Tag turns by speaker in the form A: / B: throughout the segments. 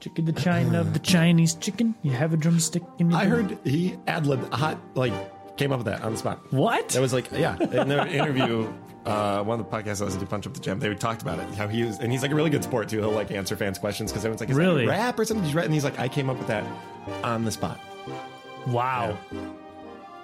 A: Chicken the China of the Chinese chicken. You have a drumstick in your
B: I heard he ad libbed hot, like, came up with that on the spot.
A: What?
B: That was like, yeah, in their interview. Uh, one of the podcasts I listened to, Punch Up the Gym, they talked about it. How he was, and he's like a really good sport too. He'll like answer fans' questions because everyone's like, "Is
A: Really?
B: that a rap or something?" He's right, and he's like, "I came up with that on the spot."
A: Wow.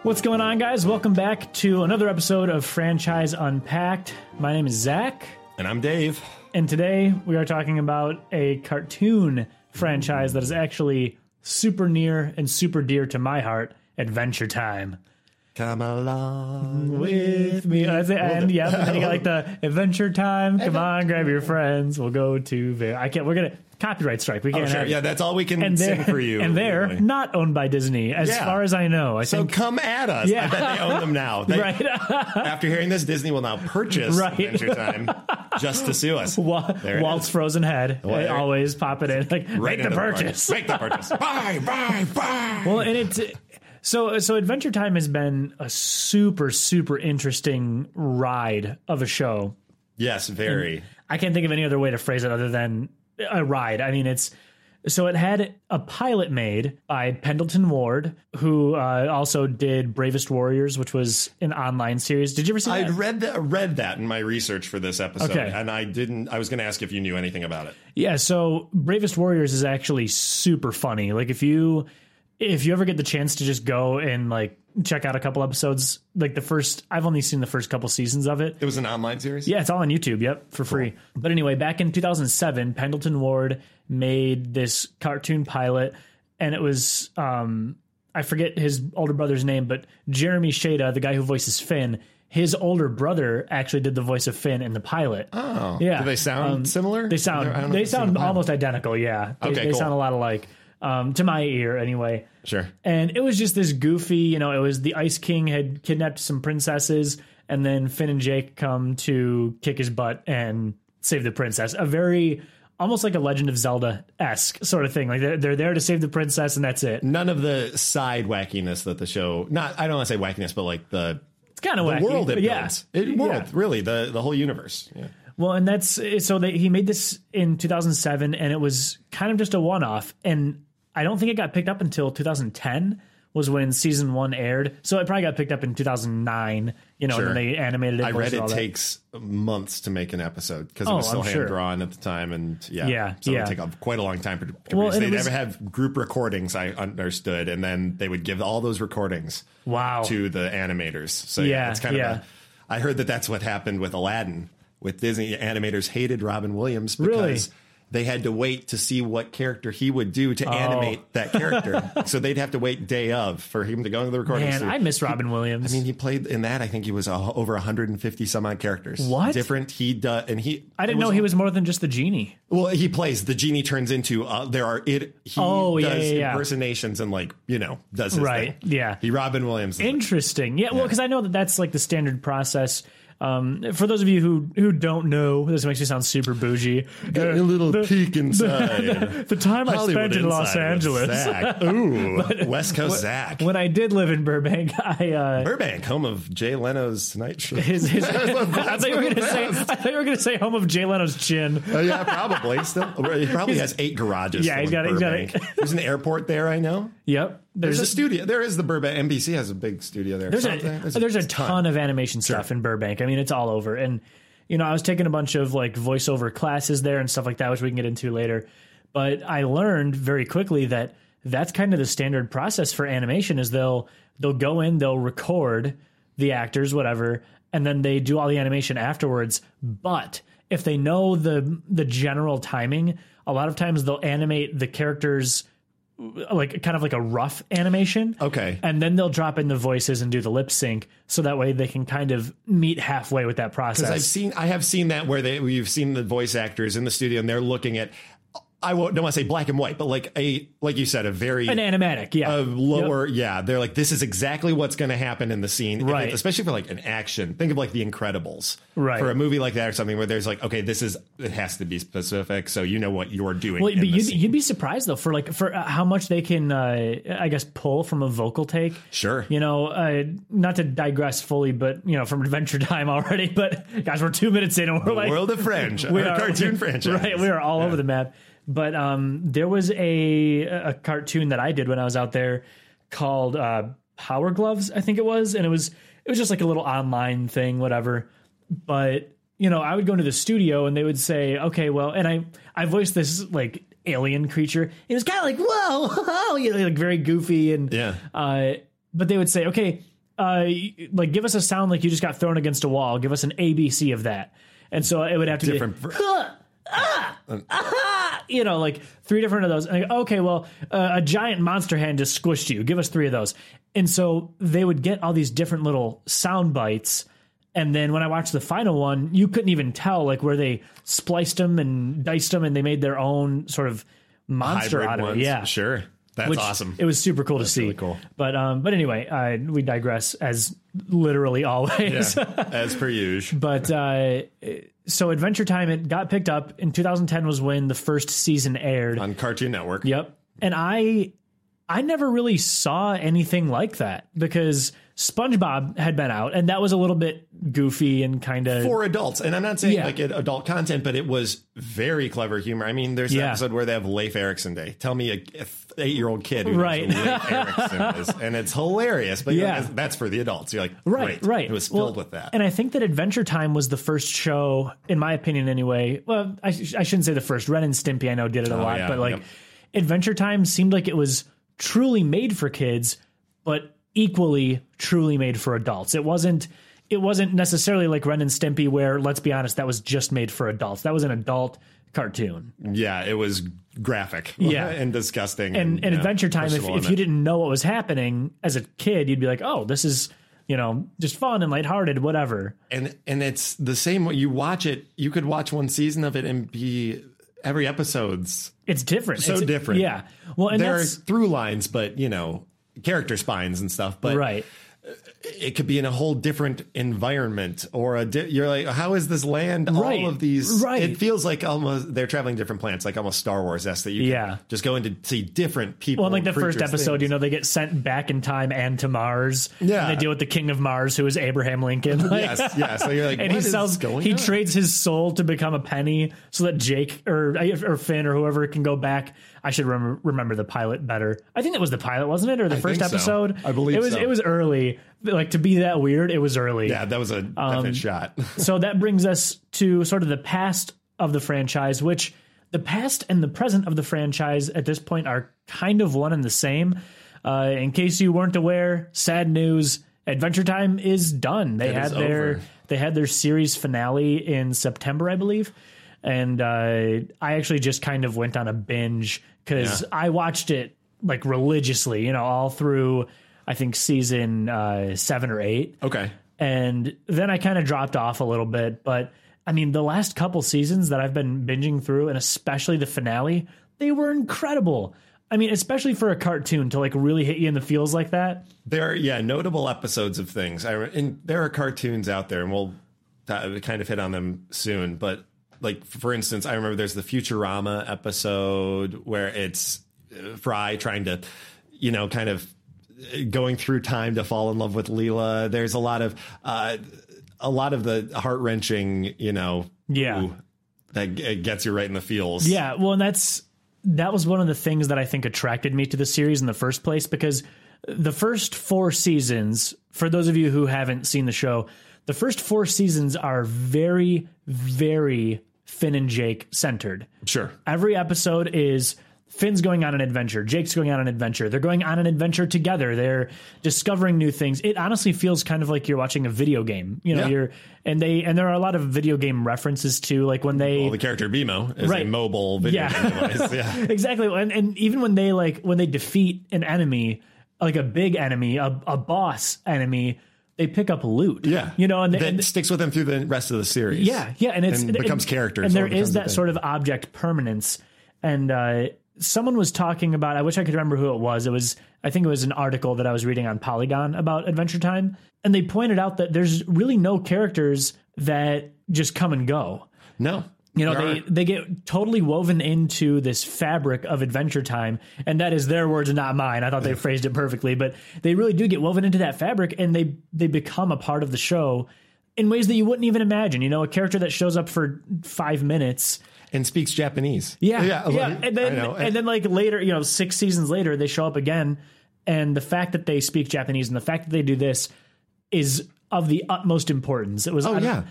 A: What's going on, guys? Welcome back to another episode of Franchise Unpacked. My name is Zach,
B: And I'm Dave.
A: and today we are talking about a cartoon franchise that is actually super near and super dear to my heart Adventure Time.
B: Come along
A: With me. That's the end. Yeah. And you got like the Adventure Time. Come on, grab your friends. We'll go to. the- I can't. We're going to copyright strike. We can't
B: Oh, Sure,
A: have
B: yeah, that's all we can
A: they're-
B: sing for you.
A: And they're
B: really.
A: not owned by Disney, as
B: Yeah.
A: far as I know. I
B: so
A: think
B: come at us.
A: Yeah.
B: I bet they own them now. They-
A: right.
B: After hearing this, Disney will now purchase
A: Right.
B: Adventure Time just to sue us.
A: Wa-
B: There it
A: Walt's
B: is.
A: frozen head.
B: Well,
A: They
B: there-
A: always pop it in. Like make
B: Right
A: the
B: into
A: purchase.
B: Make the purchase. Bye, bye, bye.
A: well, and it's so so. Adventure Time has been a super super interesting ride of a show.
B: yes, very.
A: I can't think of any other way to phrase it other than a ride. I mean, it's so it had a pilot made by Pendleton Ward, who uh, also did Bravest Warriors, which was an online series. Did you ever see
B: I
A: that?
B: read that read that in my research for this episode,
A: Okay.
B: and I didn't. I was going to ask if you knew anything about it.
A: Yeah, so Bravest Warriors is actually super funny. Like if you if you ever get the chance to just go and like check out a couple episodes, like the first I've only seen the first couple seasons of it.
B: It was an online series.
A: Yeah, it's all on YouTube, yep, for free. But anyway, back in 2007, Pendleton Ward made this cartoon pilot and it was um I forget his older brother's name, but Jeremy Shada, the guy who voices Finn, his older brother actually did the voice of Finn in the pilot.
B: Oh,
A: Yeah.
B: Do they sound
A: Um,
B: similar?
A: They
B: I don't
A: sound
B: know
A: they
B: if I've seen
A: sound
B: them.
A: almost identical. Yeah, they,
B: Okay,
A: they
B: cool.
A: sound a lot alike um, to my ear anyway.
B: Sure.
A: And it was just this goofy, you know, it was the Ice King had kidnapped some princesses, and then Finn and Jake come to kick his butt and save the princess. A very almost like a Legend of Zelda esque sort of thing. Like they're they're there to save the princess, and that's it.
B: None of the side wackiness that the show. Not. I don't want to say wackiness, but like the.
A: It's kind of
B: The world it
A: yeah.
B: builds. It, world, really, the, the whole universe. Yeah.
A: Well, and that's so that he made this in 2007, and it was kind of just a one off. And I don't think it got picked up until 2010 was when season one aired. So it probably got picked up in 2009. You know,
B: Sure.
A: and then they animated it.
B: I read
A: and all
B: it
A: that.
B: takes months to make an episode because it
A: Oh,
B: was still
A: I'm sure.
B: hand drawn at the time, and yeah,
A: Yeah,
B: so
A: yeah.
B: it would take a- quite a long time to, to
A: Well,
B: produce.
A: and
B: They'd
A: it was-
B: ever have group recordings, I understood, and then they would give all those recordings
A: Wow.
B: to the animators. So
A: Yeah,
B: yeah, it's kind
A: yeah.
B: of. A, I heard that that's what happened with Aladdin. With Disney animators hated Robin Williams
A: Really?
B: because they had to wait to see what character he would do
A: Oh.
B: to animate that character. so they'd have to wait day of for him to go into the recording.
A: Man,
B: studio.
A: I miss Robin Williams.
B: I mean, he played in that. I think he was uh, over 150 some odd characters.
A: What?
B: different? He does, and he.
A: I didn't know he was more than just the genie.
B: Well, he plays the genie turns into. Uh, there are it. He
A: Oh, yeah,
B: does
A: yeah, yeah.
B: impersonations and like you know does his
A: Right,
B: thing.
A: yeah.
B: He Robin Williams. is-
A: Interesting. Yeah, well, because I know that that's like the standard process. Um, for those of you who who don't know, this makes me sound super bougie.
B: a
A: The,
B: little peek inside.
A: the time I
B: Hollywood
A: spent in Los
B: Insider with
A: Angeles
B: Zach. Ooh, West Coast Zach.
A: when I did live in Burbank, I uh,
B: Burbank, home of Jay Leno's Tonight Show.
A: His, his, I thought you were going to say. I thought you were going to say home of Jay Leno's chin.
B: Oh, yeah, probably. Still, he probably has eight garages.
A: Yeah,
B: still
A: he's
B: in
A: got it, he's got it.
B: Burbank. There's an airport there. I know.
A: Yep. There's
B: There's a
A: there's
B: studio. There is the Burbank. NBC has a big studio there.
A: a, there's a, ton, of animation stuff in Burbank. I mean, it's all over. And you know, I was taking a bunch of like voiceover classes there and stuff like that, which we can get into later. But I learned very quickly that that's kind of the standard process for animation is they'll they'll go in, they'll record the actors, whatever, and then they do all the animation afterwards. But if they know the the general timing, a lot of times they'll animate the characters like kind of like a rough animation.
B: Okay.
A: And then they'll drop in the voices and do the lip sync so that way they can kind of meet halfway with that process.
B: I've seen. I have seen that where they you've seen the voice actors in the studio and they're looking at. I won't, don't want to say black and white, but like a like you said, a very
A: An animatic, yeah.
B: a lower. Yeah, they're like this is exactly what's going to happen in the scene, If it-
A: Right.
B: especially for like an action. Think of like The Incredibles,
A: Right.
B: For a movie like that or something where there's like, okay, this is it has to be specific, so you know what you're doing.
A: Well,
B: in
A: but
B: the
A: you'd,
B: scene.
A: you'd be surprised though for like for uh, how much they can uh, I guess pull from a vocal take.
B: Sure.
A: You know, uh, not to digress fully, but you know, from Adventure Time already. But guys, we're two minutes in and we're like
B: World of Fringe,
A: we
B: our
A: are-
B: cartoon franchise.
A: Right, we are all over the map. But um, there was a a cartoon that I did when I was out there called uh, Power Gloves, I think it was, and it was it was just like a little online thing, whatever. But you know, I would go into the studio and they would say, "Okay, well," and I I voiced this like alien creature. It was kind of like whoa, you know, like very goofy and
B: Yeah.
A: Uh, but they would say, okay, uh, y- like give us a sound like you just got thrown against a wall. Give us an ABC of that, and so it would have to
B: Different
A: be
B: ver-
A: "Huh, ah, ah," you know, like three different of those. And I go, okay, well, uh, a giant monster hand just squished you. Give us three of those, and so they would get all these different little sound bites. And then when I watched the final one, you couldn't even tell like where they spliced them and diced them, and they made their own sort of monster
B: Hybrid
A: out of
B: ones.
A: it. Yeah,
B: Sure. That's
A: which
B: awesome.
A: It was super cool to see.
B: really cool.
A: But um, but anyway, uh, we digress as literally always.
B: Yeah, as per usual.
A: But uh, so Adventure Time it got picked up in 2010 was when the first season aired.
B: On Cartoon Network.
A: Yep. And I I never really saw anything like that because SpongeBob had been out and that was a little bit goofy and kind of
B: for adults. And I'm not saying
A: Yeah.
B: like it, adult content, but it was very clever humor. I mean, there's an
A: Yeah.
B: episode where they have Leif Erikson Day. Tell me a, eight year old kid who
A: Right.
B: knows who Leif Erikson is, and it's hilarious. But yeah,
A: Yeah.
B: that's for the adults. You're like,
A: Right, right.
B: It was
A: Well,
B: filled with that.
A: And I think that Adventure Time was the first show, in my opinion, anyway. Well, I, sh- I shouldn't say the first. Ren and Stimpy, I know, did it a lot,
B: Oh, yeah,
A: but like
B: yep.
A: Adventure Time seemed like it was truly made for kids, but equally truly made for adults. It wasn't. It wasn't necessarily like Ren and Stimpy, where let's be honest, that was just made for adults. That was an adult cartoon.
B: yeah, it was graphic.
A: Yeah.
B: and disgusting.
A: And, and
B: Mm, yeah,
A: Adventure Time, if,
B: personal
A: if
B: in
A: you
B: it.
A: didn't know what was happening as a kid, you'd be like, "Oh, this is you know just fun and lighthearted, whatever."
B: and and it's the same way you watch it. You could watch one season of it and be every episode's
A: It's different.
B: So
A: It's-
B: different.
A: Yeah. Well, and
B: there are
A: that's
B: through lines, but you know character spines and stuff. But
A: right.
B: it could be in a whole different environment or a di- you're like how is this land
A: Right,
B: all of these
A: right.
B: it feels like almost they're traveling different planets like almost star wars s that you can
A: Yeah.
B: just go in to see different people
A: Well, like the first
B: creatures,
A: episode, you
B: things.
A: know, they get sent back in time and to Mars.
B: Yeah.
A: And they deal with the king of Mars, who is Abraham Lincoln. Like,
B: yes yeah so you're like
A: And
B: what
A: he
B: is
A: sells.
B: going
A: He
B: on?
A: trades his soul to become a penny, so that Jake or or Finn or whoever can go back. I should rem- remember the pilot better. I think that was the pilot, wasn't it, or the first
B: think so.
A: episode?
B: I believe
A: it was.
B: so.
A: It was early. Like to be that weird, it was early.
B: yeah that was a
A: um,
B: definite shot
A: so that brings us to sort of the past of the franchise, which the past and the present of the franchise at this point are kind of one and the same. Uh, in case you weren't aware, sad news: Adventure Time is done. They had
B: is
A: their
B: over.
A: they had their series finale in September, I believe. And uh, I actually just kind of went on a binge because I watched it like religiously, you know, all through I think season uh, seven or eight
B: okay
A: and then I kind of dropped off a little bit. But I mean, the last couple seasons that I've been binging through, and especially the finale, they were incredible. I mean, especially for a cartoon to like really hit you in the feels like that.
B: there are yeah notable episodes of things i re- and there are cartoons out there and we'll t- kind of hit on them soon but like for instance i remember there's the futurama episode where it's uh, fry trying to you know kind of uh, going through time to fall in love with leela there's a lot of uh a lot of the heart-wrenching you know
A: Yeah.
B: that g- it gets you right in the feels
A: Yeah, well, and that's that was one of the things that I think attracted me to the series in the first place because the first four seasons, for those of you who haven't seen the show, the first four seasons are very, very Finn and Jake centered.
B: sure
A: Every episode is Finn's going on an adventure, Jake's going on an adventure. They're going on an adventure together. They're discovering new things. It honestly feels kind of like you're watching a video game. You know,
B: Yeah.
A: you're and they and there are a lot of video game references too, like when they
B: well, the character Bimo is
A: Right.
B: a mobile video
A: Yeah.
B: game device. Yeah.
A: exactly and, and even when they like when they defeat an enemy like a big enemy a, a boss enemy they pick up loot
B: Yeah,
A: you know and, they,
B: that
A: and
B: sticks with them through the rest of the series.
A: yeah yeah and it's
B: and
A: and-
B: becomes
A: and-
B: character,
A: and
B: so
A: there
B: it
A: is
B: becomes a
A: that
B: thing.
A: sort of object permanence and uh someone was talking about i wish i could remember who it was it was i think it was an article that i was reading on polygon about adventure time and they pointed out that there's really no characters that just come and go
B: No,
A: you know,
B: There
A: they,
B: aren't.
A: they get totally woven into this fabric of Adventure Time, and that is their words, not mine. I thought they phrased it perfectly, but they really do get woven into that fabric, and they they become a part of the show in ways that you wouldn't even imagine. You know, a character that shows up for five minutes
B: and speaks Japanese.
A: Yeah,
B: yeah,
A: yeah.
B: like,
A: and
B: I
A: then
B: know.
A: and then like later, you know, six seasons later, they show up again, and the fact that they speak Japanese and the fact that they do this is of the utmost importance. It was, I don't-
B: Oh, yeah.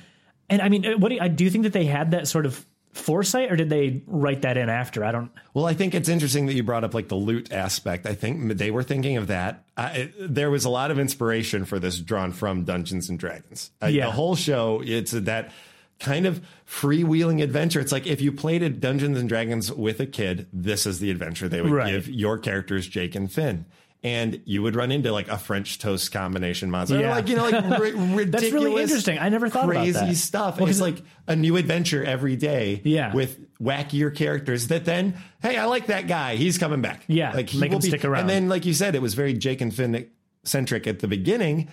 A: And I mean, uh, what do you, I do you think that they had that sort of foresight, or did they write that in after? I don't.
B: Well, I think it's interesting that you brought up like the loot aspect. I think they were thinking of that. I, there was a lot of inspiration for this drawn from Dungeons and Dragons. Like,
A: Yeah.
B: The whole show, it's that kind of freewheeling adventure. It's like if you played a Dungeons and Dragons with a kid, this is the adventure they would
A: Right.
B: give your characters, Jake and Finn. And you would run into like a French toast combination monster,
A: Yeah.
B: like you know, like r- ridiculous.
A: That's really interesting. I never thought about
B: crazy
A: that.
B: stuff. it's like a new adventure every day.
A: Yeah.
B: with wackier characters that then, hey, I like that guy. He's coming back.
A: Yeah,
B: like
A: make him stick around.
B: And then, like you said, it was very Jake and Finn centric at the beginning,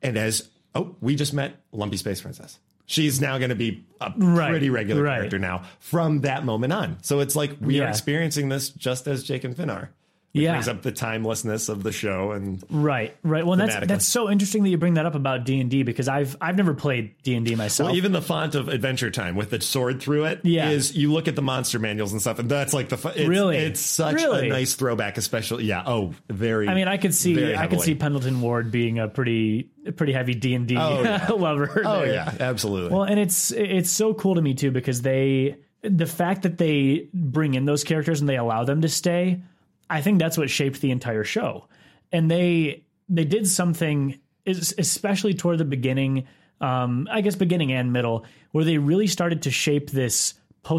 B: and as oh, we just met Lumpy Space Princess. She's now going to be a
A: Right,
B: pretty regular
A: right.
B: character now from that moment on. So it's like we are
A: Yeah.
B: experiencing this just as Jake and Finn are. Which
A: Yeah.
B: brings up the timelessness of the show and
A: Right, right. Well, that's
B: Thematically.
A: that's so interesting that you bring that up about D and D because I've I've never played D and D myself.
B: Well, even the font of Adventure Time with the sword through it is
A: Yeah.
B: you look at the monster manuals and stuff, and that's like the fu- it's,
A: Really?
B: it's such
A: Really?
B: a nice throwback, especially yeah. Oh, very.
A: I mean, I could see
B: very
A: I could
B: heavily.
A: see Pendleton Ward being a pretty a pretty heavy D and D
B: yeah.
A: lover.
B: Oh
A: there.
B: yeah, absolutely.
A: Well, and it's it's so cool to me too because they the fact that they bring in those characters and they allow them to stay, I think that's what shaped the entire show. And they they did something es- especially toward the beginning, um, I guess beginning and middle, where they really started to shape this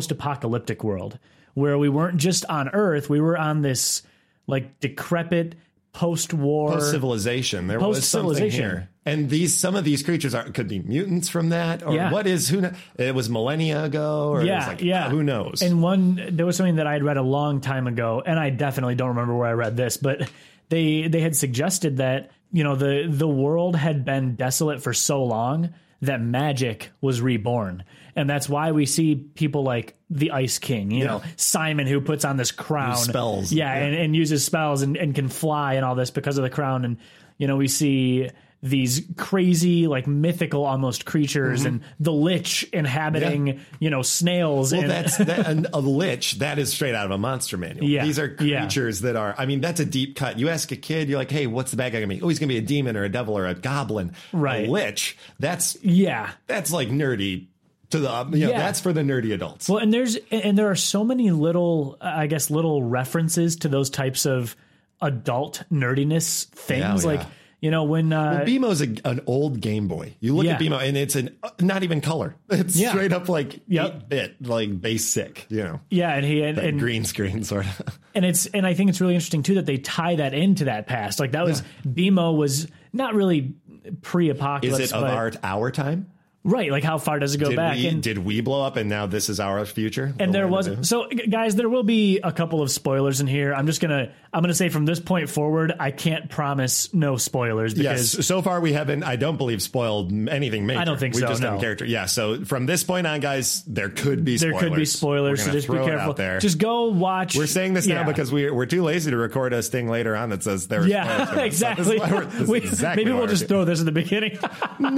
A: post-apocalyptic world where we weren't just on Earth, we were on this like decrepit post-war
B: post civilization. There was something
A: Post-civilization.
B: here, and these some of these creatures are could be mutants from that, or
A: Yeah.
B: what is who? Kn- it was millennia ago, or it was
A: Yeah,
B: like,
A: yeah.
B: Who knows?
A: And one, there was something that I had read a long time ago, and I definitely don't remember where I read this, but they they had suggested that you know the the world had been desolate for so long that magic was reborn, and that's why we see people like the Ice King, you know, Simon who puts on this crown,
B: spells.
A: yeah, And, and uses spells and, and can fly and all this because of the crown, and you know we see. These crazy, like mythical almost creatures,
B: Mm-hmm.
A: and the lich inhabiting, you know, snails
B: Well,
A: and
B: that's that, an, a lich. That is straight out of a monster manual.
A: Yeah,
B: These are
A: yeah.
B: creatures that are. I mean, that's a deep cut. You ask a kid, you're like, "Hey, what's the bad guy gonna be? Oh, he's gonna be a demon or a devil or a goblin,
A: Right.
B: A lich. That's
A: Yeah.
B: that's like nerdy to the. You know,
A: Yeah.
B: That's for the nerdy adults.
A: Well, and there's and there are so many little, uh, I guess, little references to those types of adult nerdiness things.
B: Yeah,
A: like
B: yeah.
A: you know when uh,
B: BMO's a, an old Game Boy. You look at
A: Yeah.
B: BMO, and it's an uh, not even color. It's
A: Yeah.
B: straight up like
A: Yep.
B: eight bit, like basic. You know,
A: yeah, and he and, and
B: green screen sort of.
A: and it's and I think it's really interesting too that they tie that into that past. Like that was BMO was not really
B: Is
A: pre-apocalypse,
B: it of
A: but-
B: our our time?
A: right? Like how far does it go
B: Did
A: back?
B: we
A: and
B: did we blow up, and now this is our future?
A: and there
B: Or-
A: was so g- guys there will be a couple of spoilers in here i'm just gonna i'm gonna say from this point forward i can't promise no spoilers because
B: Yes, so far we haven't. I don't believe spoiled anything major.
A: I don't think
B: We've
A: so,
B: Just done
A: no.
B: character. Yeah. So from this point on, guys, there could be
A: there
B: spoilers.
A: could be
B: We're
A: spoilers so
B: gonna
A: just be
B: throw it
A: careful
B: out there.
A: just go watch
B: we're saying this
A: Yeah.
B: now because we're we're too lazy to record a sting later on that says there. Are spoilers. So
A: yeah
B: Oh, this is
A: exactly,
B: why we're- this is
A: We-
B: exactly
A: maybe
B: why
A: we'll
B: we're
A: just throw
B: doing-
A: this in the beginning
B: Nah,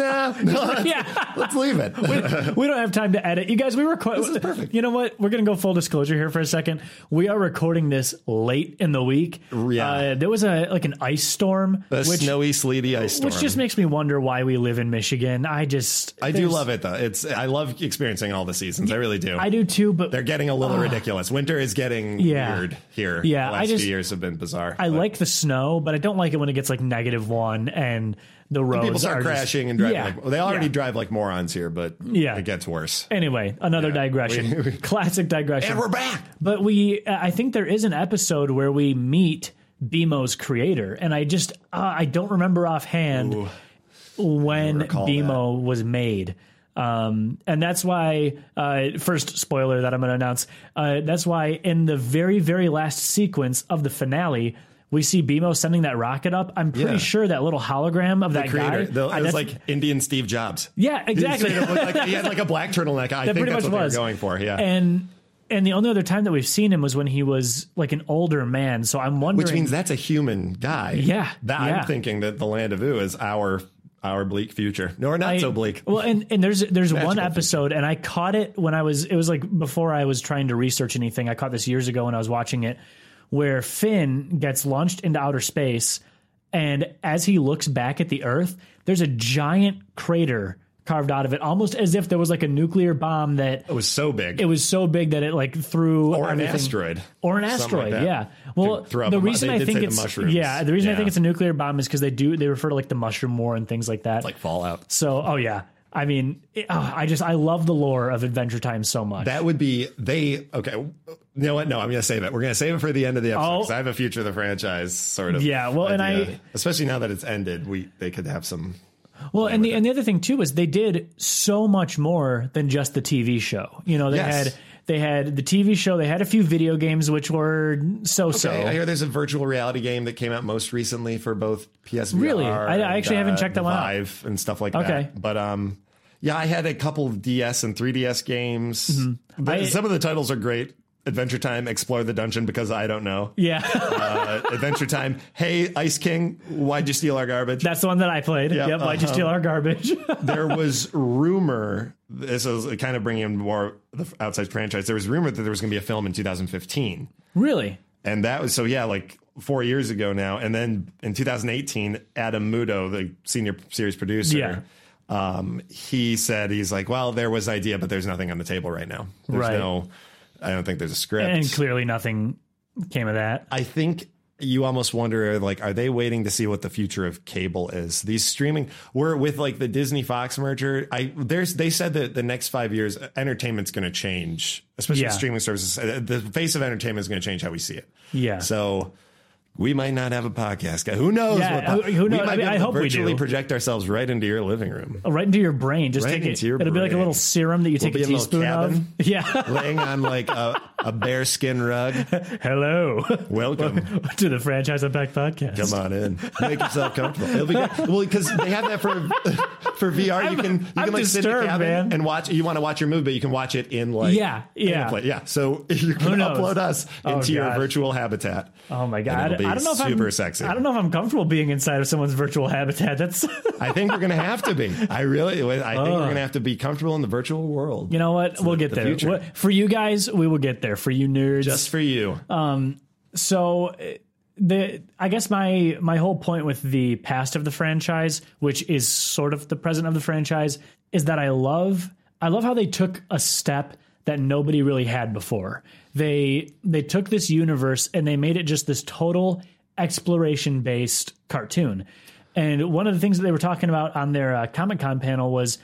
B: no,
A: yeah
B: let's leave it.
A: we don't have time to edit you guys we record
B: is perfect.
A: you know what we're gonna go full disclosure here for a second we are recording this late in the week
B: Yeah.
A: uh, there was a like an ice storm
B: a
A: which
B: snowy, sleety ice storm.
A: which just makes me wonder why we live in michigan i just
B: I do
A: there's-
B: love it though. It's I love experiencing all the seasons. I really do.
A: I do too, but
B: They're getting a little ridiculous. Winter is getting
A: Yeah.
B: weird here.
A: Yeah,
B: the
A: I
B: last
A: just-
B: few years have been bizarre.
A: I like the snow, but I don't like it when it gets like negative one and the roads
B: people start
A: are just-
B: crashing and driving.
A: Yeah.
B: like, well, they already
A: Yeah.
B: drive like morons here, but
A: Yeah.
B: it gets worse.
A: Anyway, another digression, classic digression.
B: And we're back.
A: but we, I think there is an episode where we meet BMO's creator, and I just uh, I don't remember offhand when
B: recall
A: BMO was made. Um, and that's why, uh, first spoiler that I'm going to announce. Uh, that's why in the very, very last sequence of the finale, we see BMO sending that rocket up. I'm pretty
B: Yeah.
A: sure that little hologram of that guy.
B: Creator, the,
A: I-
B: it
A: that's-
B: was like Indian Steve Jobs.
A: yeah, exactly.
B: He, straight up looked like, he had like a black turtleneck. I think
A: pretty much
B: that's what they were
A: was.
B: going for. Yeah,
A: and and the only other time that we've seen him was when he was like an older man. So I'm wondering.
B: which means that's a human guy.
A: Yeah,
B: that
A: yeah.
B: I'm thinking that the land of Ooh is our our bleak future, nor not
A: I-
B: so bleak.
A: Well, and, and there's there's one
B: Magical
A: episode, and I caught it when I was it was like before I was trying to research anything. I caught this years ago when I was watching it, where Finn gets launched into outer space, and as he looks back at the Earth, there's a giant crater carved out of it, almost as if there was like a nuclear bomb that
B: It was so big,
A: it was so big that it like threw
B: or an
A: everything-
B: asteroid,
A: or an
B: Something like
A: asteroid.
B: that.
A: yeah. Well,
B: Throw up
A: the
B: a mu-
A: reason
B: they
A: I
B: did
A: think
B: say the
A: it's
B: mushrooms.
A: yeah, the reason I
B: Yeah.
A: think it's a nuclear bomb is because they do they refer to like the mushroom war and things like that.
B: like Fallout.
A: So, oh yeah, I mean, it, oh, I just I love the lore of Adventure Time so much.
B: That would be they. Okay, you know what? No, I'm going to save it. We're going to save it for the end of the episode.
A: Oh.
B: 'cause I have a future of the franchise, sort of.
A: Yeah, well, and I-
B: especially now that it's ended, we they could have some.
A: well, and the and the other thing too is they did so much more than just the TV show. You know, they
B: Yes.
A: had they had the TV show, they had a few video games which were so so.
B: I hear there's a virtual reality game that came out most recently for both PSVR.
A: Really? I- I
B: and, uh,
A: actually haven't checked that one out.
B: Vive and stuff like that.
A: Okay.
B: but um, yeah, I had a couple of DS and 3DS games. The-
A: Mm-hmm. I-
B: some of the titles are great. Adventure Time, Explore the Dungeon, because I don't know.
A: yeah,
B: Uh, Adventure Time, Hey Ice King, why'd you steal our garbage?
A: that's the one that I played.
B: Yeah,
A: yep, why'd you
B: uh-huh.
A: steal our garbage?
B: there was rumor. This is kind of bringing in more the outside franchise. There was rumor that there was going to be a film in 2015,
A: really?
B: and that was so yeah, like four years ago now. And then in 2018, Adam Mudo, the senior series producer,
A: Yeah.
B: um, he said he's like, well, there was an idea, but there's nothing on the table right now. There's
A: Right.
B: no, I don't think there's a script.
A: And clearly nothing came of that.
B: I think you almost wonder like are they waiting to see what the future of cable is these streaming we're with like the disney fox merger i there's they said that the next five years uh, entertainment's going to change especially
A: Yeah.
B: streaming services Uh, the face of entertainment is going to change how we see it
A: Yeah.
B: so we might not have a podcast guy who knows
A: Yeah,
B: po-
A: who- who knows?
B: we might
A: I mean,
B: be able
A: I
B: to
A: hope we
B: virtually
A: do.
B: project ourselves right into your living room
A: right into your brain. Just
B: Right
A: take it.
B: into your
A: It'll be like a
B: brain.
A: little serum that you take a
B: be in a little
A: teaspoon of.
B: cabin.
A: Yeah.
B: laying on like a, a bearskin rug
A: Hello
B: welcome
A: to the Franchise Unpacked podcast.
B: Come on in. Make yourself comfortable. It'll be good. Well, because they have that for for VR. you can you
A: I'm
B: can like sit in a
A: disturbed,
B: cabin
A: man.
B: and watch. You want to watch your movie, but you can watch it in like
A: Yeah, yeah.
B: in a play- yeah. So you can
A: knows?
B: upload us
A: Oh,
B: into your
A: God.
B: virtual habitat.
A: Oh my god!
B: And it'll be
A: I don't know if
B: super
A: I'm,
B: sexy.
A: I don't know if I'm comfortable being inside of someone's virtual habitat. That's
B: I think we're gonna have to be. I really. I think we're gonna have to be comfortable in the virtual world.
A: you know what? We'll get
B: the
A: there.
B: future.
A: What- For you guys, we will get there. For you nerds,
B: Just for you.
A: so uh, the I guess my my whole point with the past of the franchise, which is sort of the present of the franchise, is that I love I love how they took a step that nobody really had before. They they took this universe and they made it just this total exploration based cartoon. And one of the things that they were talking about on their uh, Comic Con panel was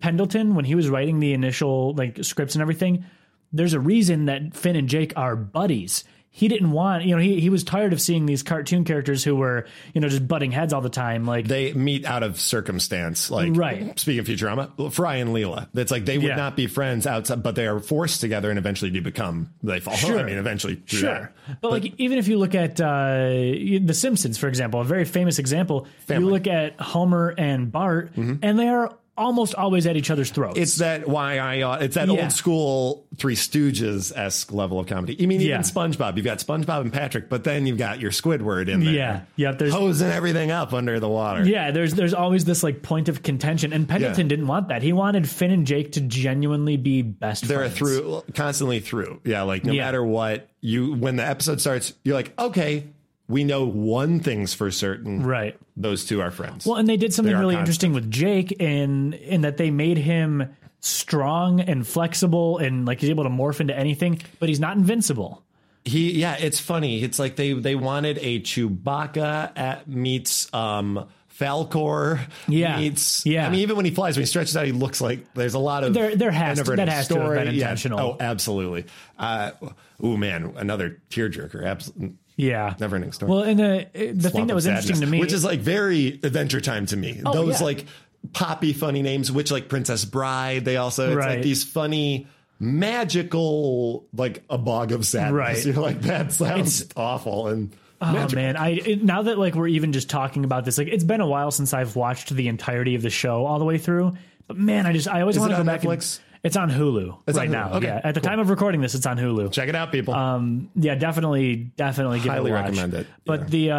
A: Pendleton, when he was writing the initial like scripts and everything, there's a reason that Finn and Jake are buddies. He didn't want, you know, he, he was tired of seeing these cartoon characters who were, you know, just butting heads all the time. Like,
B: they meet out of circumstance. Like,
A: Right.
B: speaking of Futurama, Fry and Leela. That's like they would
A: Yeah.
B: not be friends outside, but they are forced together and eventually do become. They fall. I mean, eventually. through
A: sure.
B: that.
A: But, like, even if you look at uh, you- The Simpsons, for example, a very famous example, you
B: Family. Mm-hmm.
A: look at Homer and Bart, and they are almost always at each other's throats.
B: It's that why I ought, it's that
A: Yeah.
B: old school Three Stooges esque level of comedy. I mean, even
A: Yeah.
B: SpongeBob. You've got SpongeBob and Patrick, but then you've got your Squidward in there.
A: yeah. Yep. There's,
B: Hosing everything up under the water.
A: Yeah, there's there's always this like point of contention, and Pendleton
B: Yeah.
A: didn't want that. He wanted Finn and Jake to genuinely be best
B: They're a
A: friends.
B: through, constantly through. Yeah, like no
A: Yeah.
B: matter what, you when the episode starts, you're like, okay, we know one thing's for certain.
A: right.
B: Those two are friends.
A: Well, and they did something
B: They are
A: really interesting
B: constant.
A: with Jake in in that they made him strong and flexible and like he's able to morph into anything, but he's not invincible.
B: He yeah, it's funny. It's like they they wanted a Chewbacca at meets um Falcor
A: Yeah.
B: meets
A: Yeah.
B: I mean even when he flies when he stretches out he looks like there's a lot of
A: There- there has to-
B: innovative
A: that has to have
B: story.
A: been
B: Yeah.
A: intentional.
B: Oh, absolutely. Uh, oh man, another tearjerker. Absolutely,
A: Yeah.
B: never ending story.
A: Well, and the the thing that was interesting to me, Oh,
B: which is like very Adventure Time to me. Those
A: yeah.
B: like poppy funny names, which like Princess Bride. They also it's
A: Right.
B: like these funny. Magical, like a bog of sadness.
A: Right.
B: You're like that sounds awful and
A: Oh man, I it- now that like we're even just talking about this, like it's been a while since I've watched the entirety of the show all the way through. But man, I just I always
B: Is
A: want to
B: it
A: go
B: on
A: back. and-
B: Netflix?
A: It's on Hulu
B: It's on
A: right
B: Hulu.
A: now.
B: Okay,
A: yeah, at the
B: cool.
A: time of recording this, it's on Hulu.
B: Check it out, people.
A: Um, Yeah, definitely, definitely give
B: Highly
A: it a watch.
B: recommend it.
A: But the uh,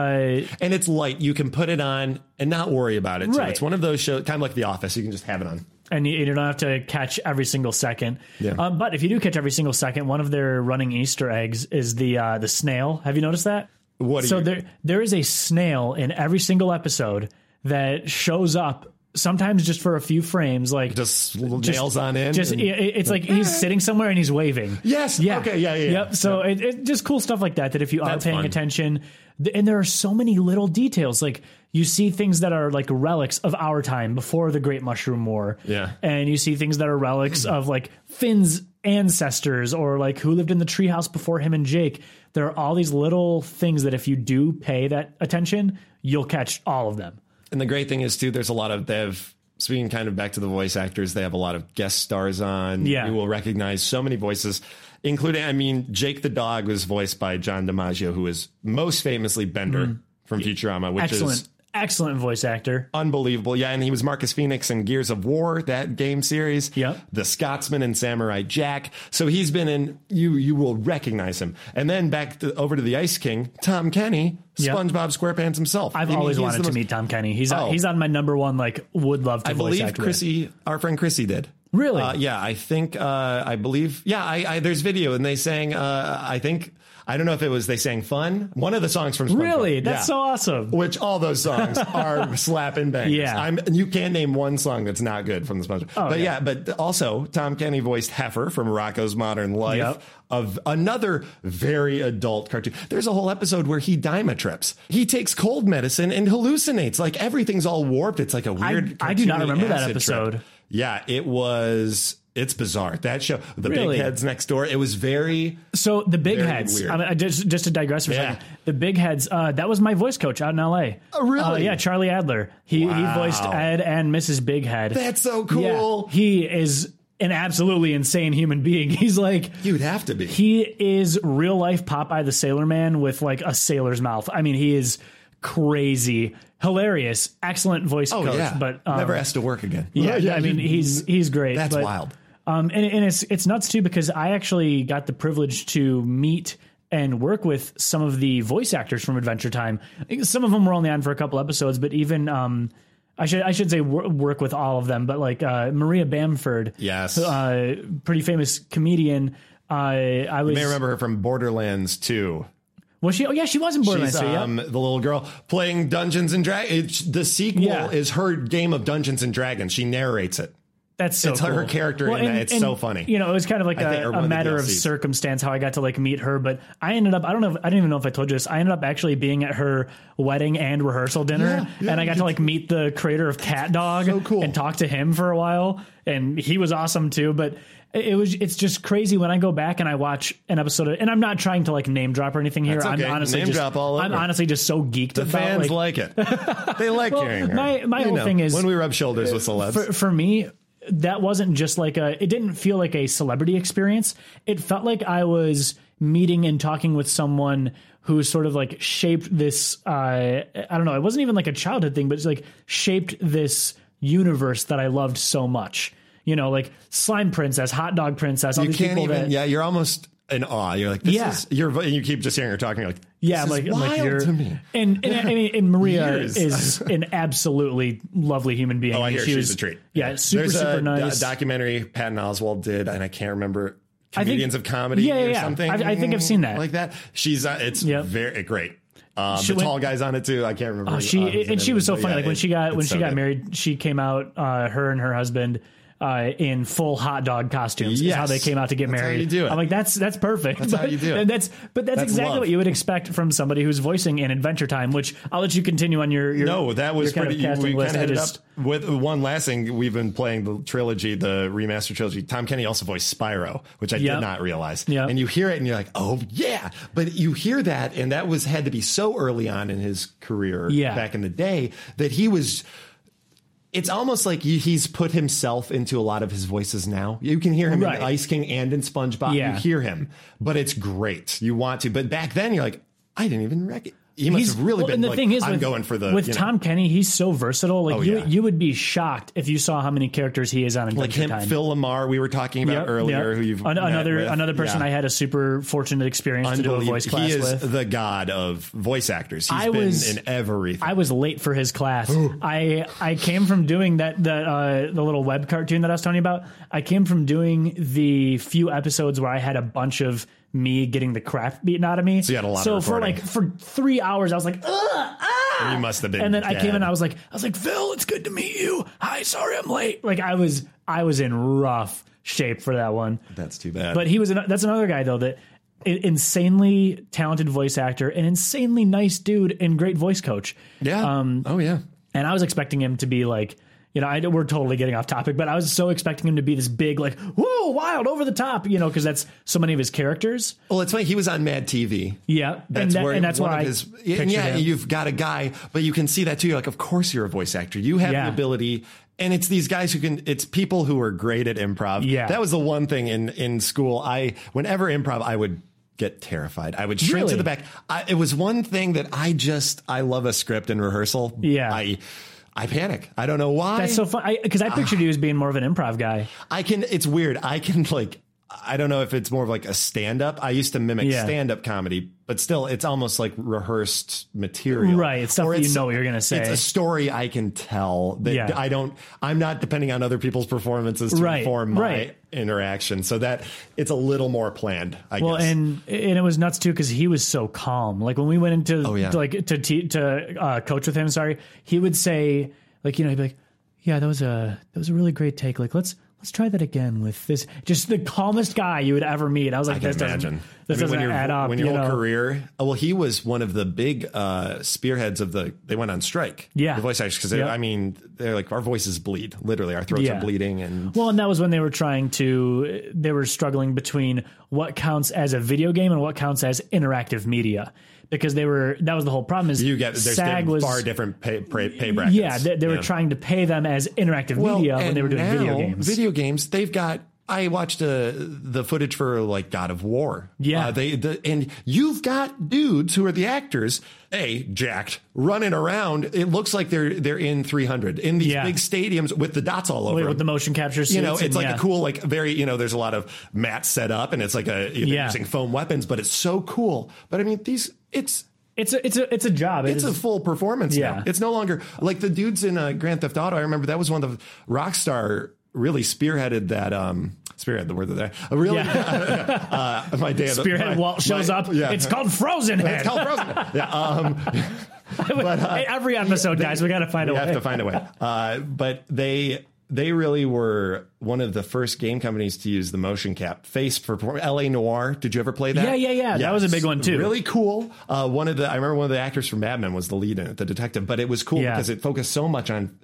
B: and it's light. You can put it on and not worry about it. Too.
A: Right.
B: It's one of those shows, kind of like The Office. You can just have it on.
A: and you, you don't have to catch every single second.
B: Yeah.
A: Um, but if you do catch every single second, one of their running Easter eggs is the uh, the snail. Have you noticed that?
B: What do
A: so
B: you-
A: there there is a snail in every single episode that shows up. Sometimes just for a few frames, like
B: Just, nails on in.
A: just
B: and-
A: it- it's like he's sitting somewhere and he's waving.
B: Yes.
A: Yeah.
B: Okay. Yeah. Yeah. yeah.
A: Yep. So it, it just cool stuff like that. That if you are
B: That's
A: paying
B: fun.
A: attention, th- and there are so many little details. Like you see things that are like relics of our time before the Great Mushroom War.
B: Yeah.
A: And you see things that are relics of like Finn's ancestors or like who lived in the treehouse before him and Jake. There are all these little things that if you do pay that attention, you'll catch all of them.
B: And the great thing is too, there's a lot of they have speaking kind of back to the voice actors, they have a lot of guest stars on.
A: Yeah.
B: You will recognize so many voices, including I mean, Jake the Dog was voiced by John DiMaggio, who is most famously Bender from Futurama, which
A: Mm. Excellent,
B: is
A: excellent voice actor.
B: unbelievable. Yeah, and he was Marcus Phoenix in Gears of War, that game series.
A: Yep.
B: The Scotsman and Samurai Jack. So he's been in you you will recognize him. And then back to, over to the Ice King, Tom Kenny,
A: Yep.
B: SpongeBob SquarePants himself.
A: I've
B: I mean,
A: always
B: he's
A: wanted
B: the
A: to
B: most-
A: meet Tom Kenny. He's
B: Oh.
A: on, he's on my number one. Like, would love to
B: I
A: voice
B: believe
A: act with.
B: Chrissy, our friend Chrissy, did.
A: Really?
B: Uh, yeah, I think. Uh, I believe. Yeah, I, I there's video, and they sang. Uh, I think. I don't know if it was they sang "Fun," one of the songs from SpongeBob.
A: Really? That's
B: Yeah.
A: so awesome.
B: Which all those songs are slapping bangers.
A: Yeah. Oh,
B: I'm, and you can name one song that's not good from the SpongeBob. but yeah.
A: yeah.
B: but also Tom Kenny voiced Heifer from Rocco's Modern Life
A: Yep.
B: of another very adult cartoon. There's a whole episode where he dimatrips. He takes cold medicine and hallucinates. Like everything's all warped. It's like a weird.
A: I do not
B: cartoony
A: remember that
B: acid
A: episode.
B: trip. Yeah, it was. It's bizarre. That show, the
A: Really?
B: big heads next door. It was very.
A: So the big
B: Very
A: heads.
B: weird.
A: I mean, I just just to digress for a
B: Yeah.
A: second, the big heads. Uh, that was my voice coach out in L.A.
B: Oh, really?
A: Uh, yeah, Charlie Adler. He he voiced
B: Wow.
A: Ed and Mrs. Big Head.
B: That's so
A: Yeah.
B: cool.
A: he is an absolutely insane human being. He's like.
B: You'd have to be.
A: He is real life Popeye the Sailor Man with like a sailor's mouth. I mean, he is crazy, hilarious, excellent voice
B: oh
A: coach.
B: yeah,
A: But um,
B: never asked to work again.
A: yeah, I mean, he's he's great.
B: That's
A: but,
B: wild.
A: Um, and, and it's it's nuts too because I actually got the privilege to meet and work with some of the voice actors from Adventure Time. Some of them were only on for a couple episodes, but even um, I should I should say wor- work with all of them. But like uh, Maria Bamford,
B: Yes.
A: uh, pretty famous comedian. Uh, I I was
B: You may remember her from Borderlands 2.
A: was she? Oh yeah, she was in Borderlands.
B: She's
A: so yeah.
B: um, the little girl playing Dungeons and Dragons. The sequel
A: Yeah.
B: is her game of Dungeons and Dragons. She narrates it.
A: That's so
B: It's her- her
A: cool.
B: character in that. It's so funny.
A: You know, it was kind of like
B: think-
A: a,
B: or
A: a
B: one of the
A: matter of
B: DLCs.
A: circumstance how I got to like meet her, but I ended up I don't know if, I don't even know if I told you this. I ended up actually being at her wedding and rehearsal dinner
B: Yeah, yeah,
A: and I got to like meet the creator of Cat Dog
B: so cool.
A: and talk to him for a while and he was awesome too, but it it was it's just crazy when I go back and I watch an episode of, and I'm not trying to like name drop or anything here.
B: That's okay.
A: I'm honestly
B: Name
A: just
B: drop all
A: I'm
B: over.
A: honestly just so geeked
B: The
A: about
B: fans
A: like,
B: like, it. They like hearing her.
A: my- my
B: You
A: whole thing is-
B: when we rub shoulders with celebs.
A: for, for me that wasn't just like a it didn't feel like a celebrity experience it felt like i was meeting and talking with someone who sort of like shaped this uh i don't know it wasn't even like a childhood thing but it's like shaped this universe that i loved so much you know like slime princess hot dog princess all
B: you
A: these
B: can't
A: people
B: even.
A: that
B: yeah, you're almost in awe. You're like, this
A: Yeah.
B: is. You're, and you keep just hearing her talking. You're like,
A: yeah,
B: this
A: I'm like,
B: is
A: I'm
B: wild
A: like you're,
B: to me.
A: and, and I mean, and Maria
B: Years.
A: is an absolutely lovely human being.
B: Oh, I hear
A: she
B: she's
A: was,
B: a treat.
A: Yeah, super
B: There's
A: super
B: a,
A: nice.
B: a documentary Patton Oswald did, and I can't remember
A: think-
B: comedians of comedy
A: Yeah, yeah,
B: or
A: yeah.
B: something.
A: I- I think I've seen that.
B: like that. She's uh, it's
A: Yep.
B: very great. Um,
A: She
B: the
A: went-
B: tall guy's on it too. I can't remember.
A: Oh, she
B: uh, his
A: and she
B: name,
A: was so
B: but
A: funny.
B: yeah,
A: like when
B: it-
A: she got when
B: it's
A: she
B: so
A: got
B: good.
A: married, she came out. Uh, her and her husband uh, in full hot dog costumes. Is how
B: Yes.
A: they came out to get
B: That's how
A: married.
B: you do it.
A: I'm like, that's that's perfect. That's
B: how you do it.
A: That's but that's,
B: That's
A: exactly
B: love.
A: what you would expect from somebody who's voicing in Adventure Time. Which I'll let you continue on your. your
B: No, that was
A: your kind of
B: pretty. you-
A: casting
B: we
A: list.
B: kind of
A: I
B: ended
A: just-
B: up with one last thing. We've been playing the trilogy, the remaster trilogy. Tom Kenny also voiced Spyro, which I
A: Yep.
B: did not realize.
A: Yep.
B: And you hear it, and you're like, "Oh yeah!" But you hear that, and that was had to be so early on in his career,
A: Yeah.
B: back in the day, that he was. It's almost like he- he's put himself into a lot of his voices now. You can hear him
A: Right.
B: in Ice King and in SpongeBob.
A: Yeah.
B: You hear him, but it's great. You want to, but back then you're like, I didn't even recognize. he must
A: He's-
B: have really
A: well,
B: been
A: and the
B: like,
A: thing is
B: I'm
A: with,
B: going for the
A: with
B: you know,
A: Tom Kenny, he's so versatile. Like
B: Oh,
A: you,
B: yeah.
A: you would be shocked if you saw how many characters he is on Adventure
B: like him,
A: Time.
B: Phil Lamar we were talking about
A: Yep,
B: earlier,
A: yep.
B: who you've
A: An-
B: met
A: another
B: with.
A: another person
B: Yeah.
A: I had a super fortunate experience to do a
B: Unbelievable.
A: voice class
B: he is
A: with.
B: the god of voice actors. He's
A: I
B: been
A: was-
B: in everything.
A: I was late for his class. I I came from doing that that uh, the little web cartoon that I was telling you about. I came from doing the few episodes where I had a bunch of me getting the crap beaten out of me. So
B: you had a lot of
A: So for
B: recording.
A: like for three hours, I was like, Ugh, ah!
B: you must have been
A: And then I came
B: dead.
A: in, I was like, I was like, Phil, it's good to meet you. Hi, sorry I'm late. Like I was I was in rough shape for that one.
B: That's too bad.
A: But he was an, that's another guy though that i- insanely talented voice actor, an insanely nice dude, and great voice coach.
B: yeah.
A: um,
B: oh yeah.
A: And I was expecting him to be like, you know, I, know we're totally getting off topic, but I was so expecting him to be this big, like, whoa, wild, over the top, you know, because that's so many of his characters.
B: Well, it's funny. He was on Mad TV.
A: Yeah,
B: That's
A: and, that-
B: where
A: and that's
B: one
A: why
B: of
A: I
B: his.
A: pictured
B: And yeah,
A: him.
B: you've got a guy, but you can see that too. You're like, of course, you're a voice actor. You have
A: Yeah.
B: the ability, and it's these guys who can. It's people who are great at improv.
A: Yeah.
B: that was the one thing in in school. I whenever improv, I would get terrified. I would shrink
A: Really?
B: to the back. I, it was one thing that I just I love a script and rehearsal.
A: Yeah.
B: I I panic. I don't know why.
A: that's so fun because I, pictured you as being more of an improv guy.
B: I can. It's weird. I can like. I don't know if it's more of like a stand up. I used to mimic
A: Yeah.
B: stand up comedy, but still, it's almost like rehearsed material.
A: Right, it's stuff
B: Or
A: that you know what you're gonna say.
B: It's a story I can tell that
A: Yeah.
B: I don't. I'm not depending on other people's performances to
A: Right,
B: inform my
A: right.
B: interaction. So that it's a little more planned. I
A: Well,
B: guess.
A: and and it was nuts too because he was so calm. Like when we went into
B: Oh, yeah.
A: to, like to te- to uh, coach with him, sorry, he would say like you know he'd be like, yeah, that was a that was a really great take. Like let's let's try that again with this. Just the calmest guy you would ever meet. I was like,
B: I can
A: this
B: imagine.
A: doesn't this
B: I mean, when
A: doesn't
B: your-
A: add up.
B: When
A: you
B: your whole
A: know?
B: career, oh, well, he was one of the big uh, spearheads of the. They went on strike.
A: Yeah.
B: the voice actors because
A: Yep.
B: I mean, they're like our voices bleed. Literally, our throats
A: Yeah.
B: are bleeding, and
A: Well, and that was when they were trying to, they were struggling between what counts as a video game and what counts as interactive media. Because they were, that was the whole problem is
B: you get there's
A: SAG
B: different-
A: was,
B: far different pay, pay, pay brackets.
A: yeah, they, they were
B: Yeah.
A: trying to pay them as interactive media when
B: and
A: they were doing video
B: now,
A: games.
B: Video games, they've got. I watched uh, the footage for like God of War.
A: Yeah.
B: uh, they the, and you've got dudes who are the actors, a jacked, running around. It looks like they're they're in 300 in these
A: Yeah.
B: big stadiums with the dots all over.
A: Wait,
B: them.
A: with the motion capture suits.
B: you know,
A: and
B: it's like
A: yeah.
B: a cool, like very, you know, there's a lot of mats set up and it's like a you know,
A: Yeah.
B: using foam weapons, but it's so cool. But I mean, these, it's,
A: It's a it's a it's a job. It
B: it's a
A: is-
B: full performance
A: Yeah.
B: now. It's no longer like the dudes in uh, Grand Theft Auto. I remember that was one of the Rockstar really spearheaded that. um Spearhead, the word of that. Really, uh, my day. of the-
A: Spearhead
B: my-
A: Walt shows
B: my-
A: up.
B: Yeah,
A: It's called Frozen Head.
B: It's called uh, Frozen. yeah, um,
A: Every episode, guys, we got to find a
B: we
A: way.
B: have to find a way. Uh, but they they really were one of the first game companies to use the motion cap face for for L.A. Noir. Did you ever play that?
A: Yeah, yeah, yeah. That was a big one, too.
B: Really cool. Uh, one of the I remember one of the actors from Mad Men was the lead in it, the detective. But it was cool
A: Yeah.
B: because it focused so much on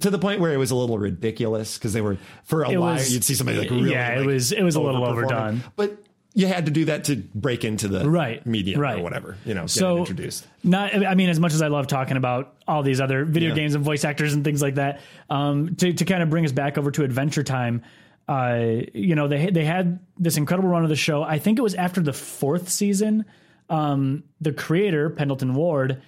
B: to the point where it was a little ridiculous because they were for a
A: It
B: while
A: was-
B: you'd see somebody like really
A: yeah, it
B: like,
A: was- it was a little
B: overperforming.
A: overdone.
B: but. You had to do that to break into the
A: Right,
B: medium
A: right.
B: or whatever, you know, get
A: so
B: it introduced.
A: Not, I mean, as much as I love talking about all these other video
B: Yeah.
A: games and voice actors and things like that, um, to to kind of bring us back over to Adventure Time, uh, you know, they they had this incredible run of the show. I think it was after the fourth season. Um, the creator Pendleton Ward,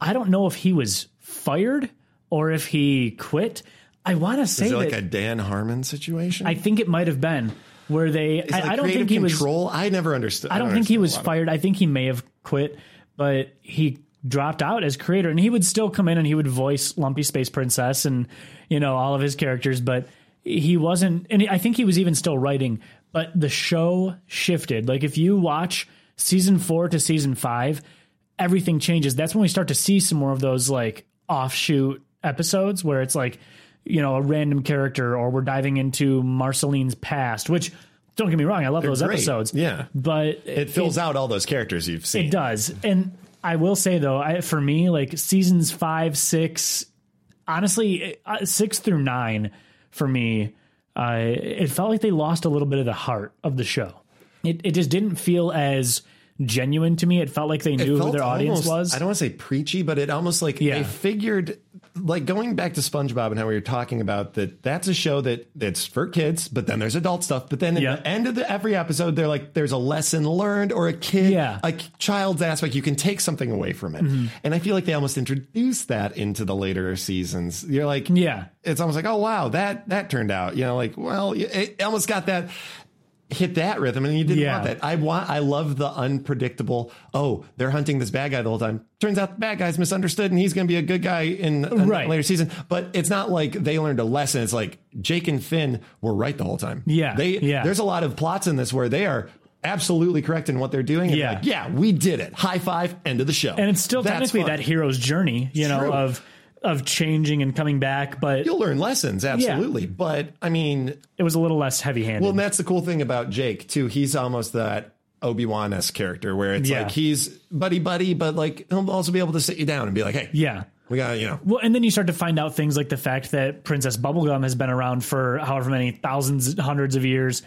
A: I don't know if he was fired or if he quit. I want to say
B: Is it like
A: that
B: a Dan Harmon situation?
A: I think it might have been where they. I,
B: It's like
A: I don't
B: creative
A: think he was.
B: control. I never understood.
A: I don't think he was
B: fired.
A: fired. I think he may have quit, but he dropped out as creator and he would still come in and he would voice Lumpy Space Princess and you know all of his characters, but he wasn't and I think he was even still writing, but the show shifted. Like if you watch season 4 to season 5, everything changes. That's when we start to see some more of those like offshoot episodes where it's like you know a random character or we're diving into Marceline's past, which don't get me wrong, I love those
B: great.
A: episodes
B: Yeah.
A: but it,
B: It fills out all those characters you've seen.
A: it does. And I will say though, I, for me, like seasons five, six, honestly, uh, six through nine, for me, uh, it felt like they lost a little bit of the heart of the show. It it just didn't feel as genuine to me. It felt like they knew who
B: Felt
A: their audience
B: almost-
A: was.
B: I don't want to say preachy, but it almost like
A: Yeah.
B: they figured like going back to SpongeBob and how we were talking about that. That's a show that that's for kids, but then there's adult stuff. But then at
A: Yeah.
B: the end of the every episode, they're like, there's a lesson learned or a kid,
A: Yeah. Mm-hmm.
B: a child's aspect. You can take something away from it, and I feel like they almost introduced that into the later seasons. You're like,
A: Yeah.
B: it's almost like, oh wow, that that turned out. You know, like, well, it almost got that hit that rhythm, and you didn't
A: Yeah.
B: want that. I want, I love the unpredictable. Oh, they're hunting this bad guy the whole time. Turns out the bad guy's misunderstood, and he's going to be a good guy in a
A: Right.
B: later season. But it's not like they learned a lesson. It's like Jake and Finn were right the whole time.
A: Yeah.
B: they.
A: Yeah.
B: There's a lot of plots in this where they are. Absolutely correct in what they're doing. And
A: Yeah.
B: like, yeah, we did it. High five, end of the show.
A: and it's still technically that hero's journey, you know,
B: True.
A: of of changing and coming back, but
B: You'll learn lessons, absolutely. But I mean,
A: it was a little less heavy-handed.
B: Well, and that's the cool thing about Jake too. He's almost that Obi Wan esque character where it's
A: Yeah.
B: like he's buddy buddy, but like he'll also be able to sit you down and be like, "Hey,
A: yeah.
B: we got you know."
A: Well, and then you start to find out things like the fact that Princess Bubblegum has been around for however many thousands, hundreds of years.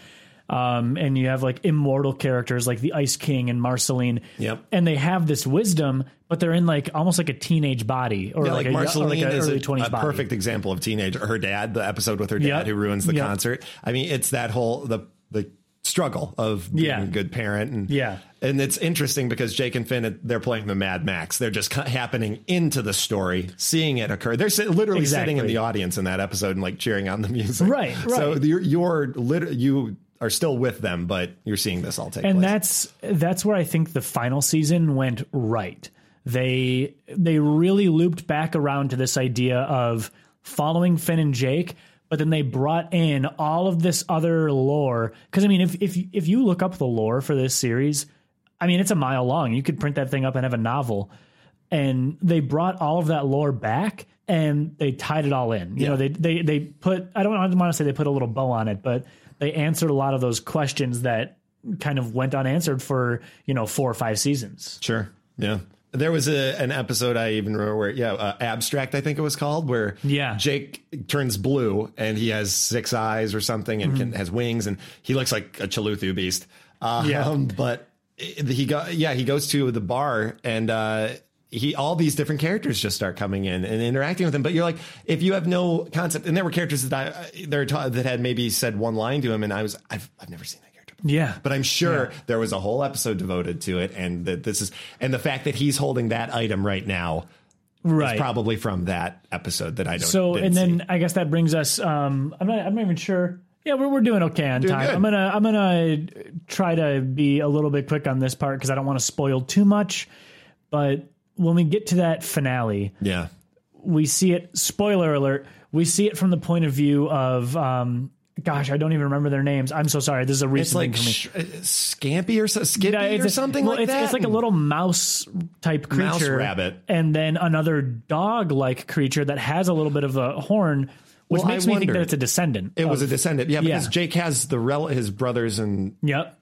A: Um, and you have like immortal characters like the Ice King and Marceline.
B: Yep.
A: And they have this wisdom, but they're in like almost like a teenage body or
B: Yeah,
A: like,
B: like,
A: a,
B: Marceline
A: or like a
B: is
A: early
B: a,
A: 20s
B: a
A: body.
B: perfect example of teenager. Her dad, the episode with her dad
A: Yep.
B: who ruins the
A: Yep.
B: concert. I mean, it's that whole the the struggle of being
A: Yeah.
B: a good parent and
A: Yeah.
B: and it's interesting because Jake and Finn they're playing the Mad Max. They're just ca- happening into the story, seeing it occur. They're sit- literally sitting in
A: Exactly.
B: the audience in that episode and like cheering on the music.
A: Right,
B: So
A: right.
B: you're you're lit- you are still with them, but you're seeing this all take
A: and
B: place.
A: that's that's where I think the final season went right. They they really looped back around to this idea of following Finn and Jake, but then they brought in all of this other lore. Because I mean, if if if you look up the lore for this series, I mean it's a mile long. You could print that thing up and have a novel. And they brought all of that lore back and they tied it all in. You know, they they they put I don't want to say they put a little bow on it, but they answered a lot of those questions that kind of went unanswered for you know four or five seasons.
B: Sure. Yeah. There was a, an episode I even remember where, yeah, uh, Abstract, I think it was called, where
A: Yeah.
B: Jake turns blue and he has six eyes or something and
A: Mm-hmm.
B: can, has wings and he looks like a Chaluthu beast. Um,
A: Yeah.
B: But it- he got, yeah, he goes to the bar and, uh, he all these different characters just start coming in and interacting with him but you're like if you have no concept and there were characters that I there ta- that had maybe said one line to him and I was I've, I've never seen that character before.
A: Yeah,
B: But I'm sure there was a whole episode devoted to it, and that this is, and the fact that he's holding that item right now
A: right.
B: is probably from that episode that I don't.
A: so
B: didn't
A: and
B: see.
A: then I guess that brings us. Um, I'm not. I'm not even sure. Yeah, we're we're doing okay on time.
B: good.
A: I'm gonna I'm gonna try to be a little bit quick on this part because I don't want to spoil too much. But when we get to that finale,
B: yeah,
A: we see it. Spoiler alert. We see it from the point of view of. Um, Gosh, I don't even remember their names. I'm so sorry. This is a recent
B: it's like
A: thing for me.
B: sh- uh, Scampy or so, Skippy
A: Yeah,
B: or something
A: well,
B: like
A: it's,
B: that.
A: It's like a little mouse type creature,
B: Mouse rabbit.
A: and then another dog like creature that has a little bit of a horn, which
B: Well, I
A: makes me think
B: wondered.
A: that it's a descendant.
B: It was a descendant, yeah, because
A: Yeah.
B: Jake has the rel- his brothers, and
A: yep.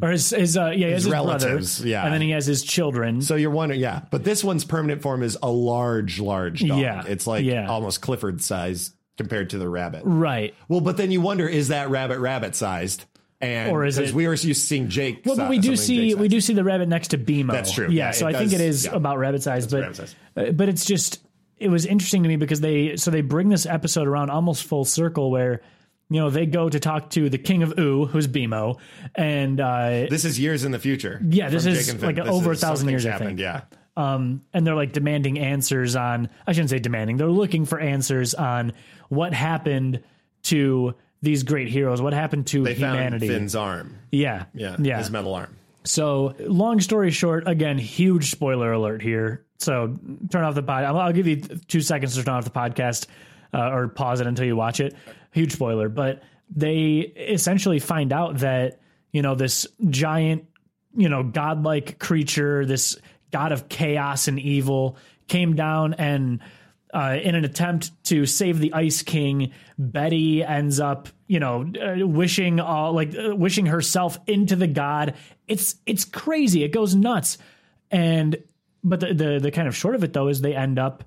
A: or his, his uh, yeah, his, his
B: relatives,
A: brother,
B: yeah.
A: and then he has his children.
B: so you're wondering, yeah. But this one's permanent form is a large, large dog.
A: Yeah.
B: it's like
A: Yeah.
B: almost Clifford size compared to the rabbit.
A: right.
B: Well, but then you wonder, is that rabbit rabbit sized? And
A: Or is
B: 'cause
A: it-
B: we were used to seeing Jake.
A: Well, but we do see we do see the rabbit next to Beemo.
B: That's true.
A: Yeah,
B: Yeah,
A: so
B: it
A: I think
B: does-
A: it is
B: yeah.
A: about rabbit size, but
B: rabbit size.
A: uh, but it's just it was interesting to me because they so they bring this episode around almost full circle where you know they go to talk to the king of Ooh, who's Beemo, and uh,
B: This is years in the future.
A: Yeah, this
B: from
A: is
B: Jake and Finn.
A: like
B: This
A: over a
B: is
A: thousand years,
B: something's
A: I think.
B: Yeah,
A: um, and they're like demanding answers on I shouldn't say demanding. They're looking for answers on what happened to these great heroes, what happened to
B: they
A: humanity.
B: found Finn's arm.
A: yeah.
B: Yeah,
A: Yeah.
B: his metal arm.
A: So, long story short, again, huge spoiler alert here. So, turn off the pod. I'll, I'll give you th- two seconds to turn off the podcast uh, or pause it until you watch it. Huge spoiler, but they essentially find out that you know this giant, you know, godlike creature, this god of chaos and evil, came down and. Uh, in an attempt to save the Ice King, Betty ends up, you know, uh, wishing all like uh, wishing herself into the god. It's it's crazy. It goes nuts. And but the, the the kind of short of it though is they end up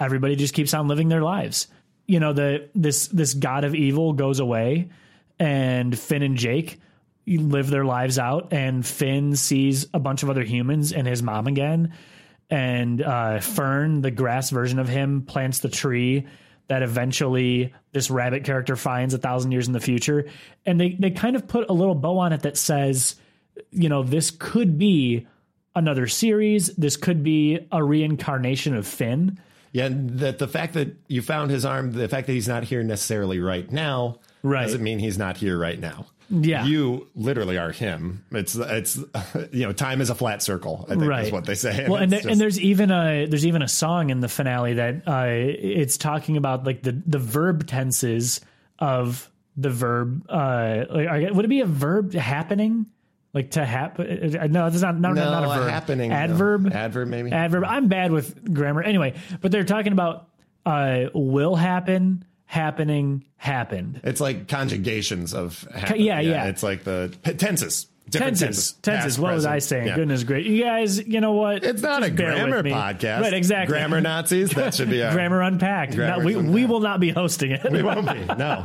A: everybody just keeps on living their lives. You know, the this this god of evil goes away and Finn and Jake live their lives out and Finn sees a bunch of other humans and his mom again and uh, Fern, the grass version of him, plants the tree that eventually this rabbit character finds a thousand years in the future. And they they kind of put a little bow on it that says, you know, this could be another series. This could be a reincarnation of Finn.
B: Yeah, and that the fact that you found his arm, the fact that he's not here necessarily right now,
A: Right.
B: doesn't mean he's not here right now.
A: Yeah.
B: you literally are him. It's it's you know time is a flat circle. I think is
A: Right.
B: what they say.
A: well, and,
B: it's
A: there, and
B: just-
A: there's even a there's even a song in the finale that uh, it's talking about like the the verb tenses of the verb. Uh, like, I- would it be a verb happening? Like to happen? No, that's not not,
B: no,
A: not a verb.
B: happening no.
A: adverb.
B: adverb maybe.
A: adverb. I'm bad with grammar. Anyway, but they're talking about uh, will happen, happening, happened.
B: It's like conjugations of happen.
A: yeah, yeah.
B: It's like the p- tenses, different
A: Tenses.
B: tenses,
A: Tenses.
B: past,
A: What was
B: present.
A: I saying?
B: Yeah.
A: Goodness great. You guys, you know what?
B: It's not
A: Just
B: a
A: bear with
B: grammar
A: me.
B: podcast,
A: Right, exactly.
B: Grammar Nazis. That should be our
A: Grammar unpacked.
B: Grammar
A: Not- we, we
B: unpacked.
A: will not be hosting it.
B: We won't be. No.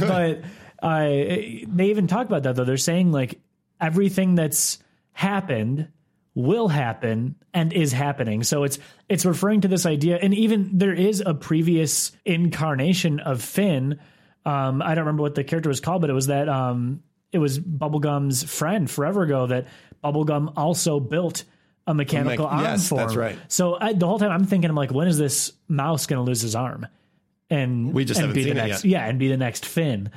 A: but uh, they even talk about that though. They're saying like everything that's happened will happen and is happening. So it's it's referring to this idea, and even there is a previous incarnation of Finn. Um, I don't remember what the character was called, but it was that um, it was Bubblegum's friend forever ago that Bubblegum also built a mechanical
B: mech-
A: arm
B: yes,
A: for.
B: that's
A: him.
B: right.
A: So I, the whole time I'm thinking, I'm like, when is this mouse going to lose his arm? And
B: We just
A: and
B: haven't
A: be
B: seen
A: the
B: it
A: next,
B: yet.
A: yeah, and be the next Finn.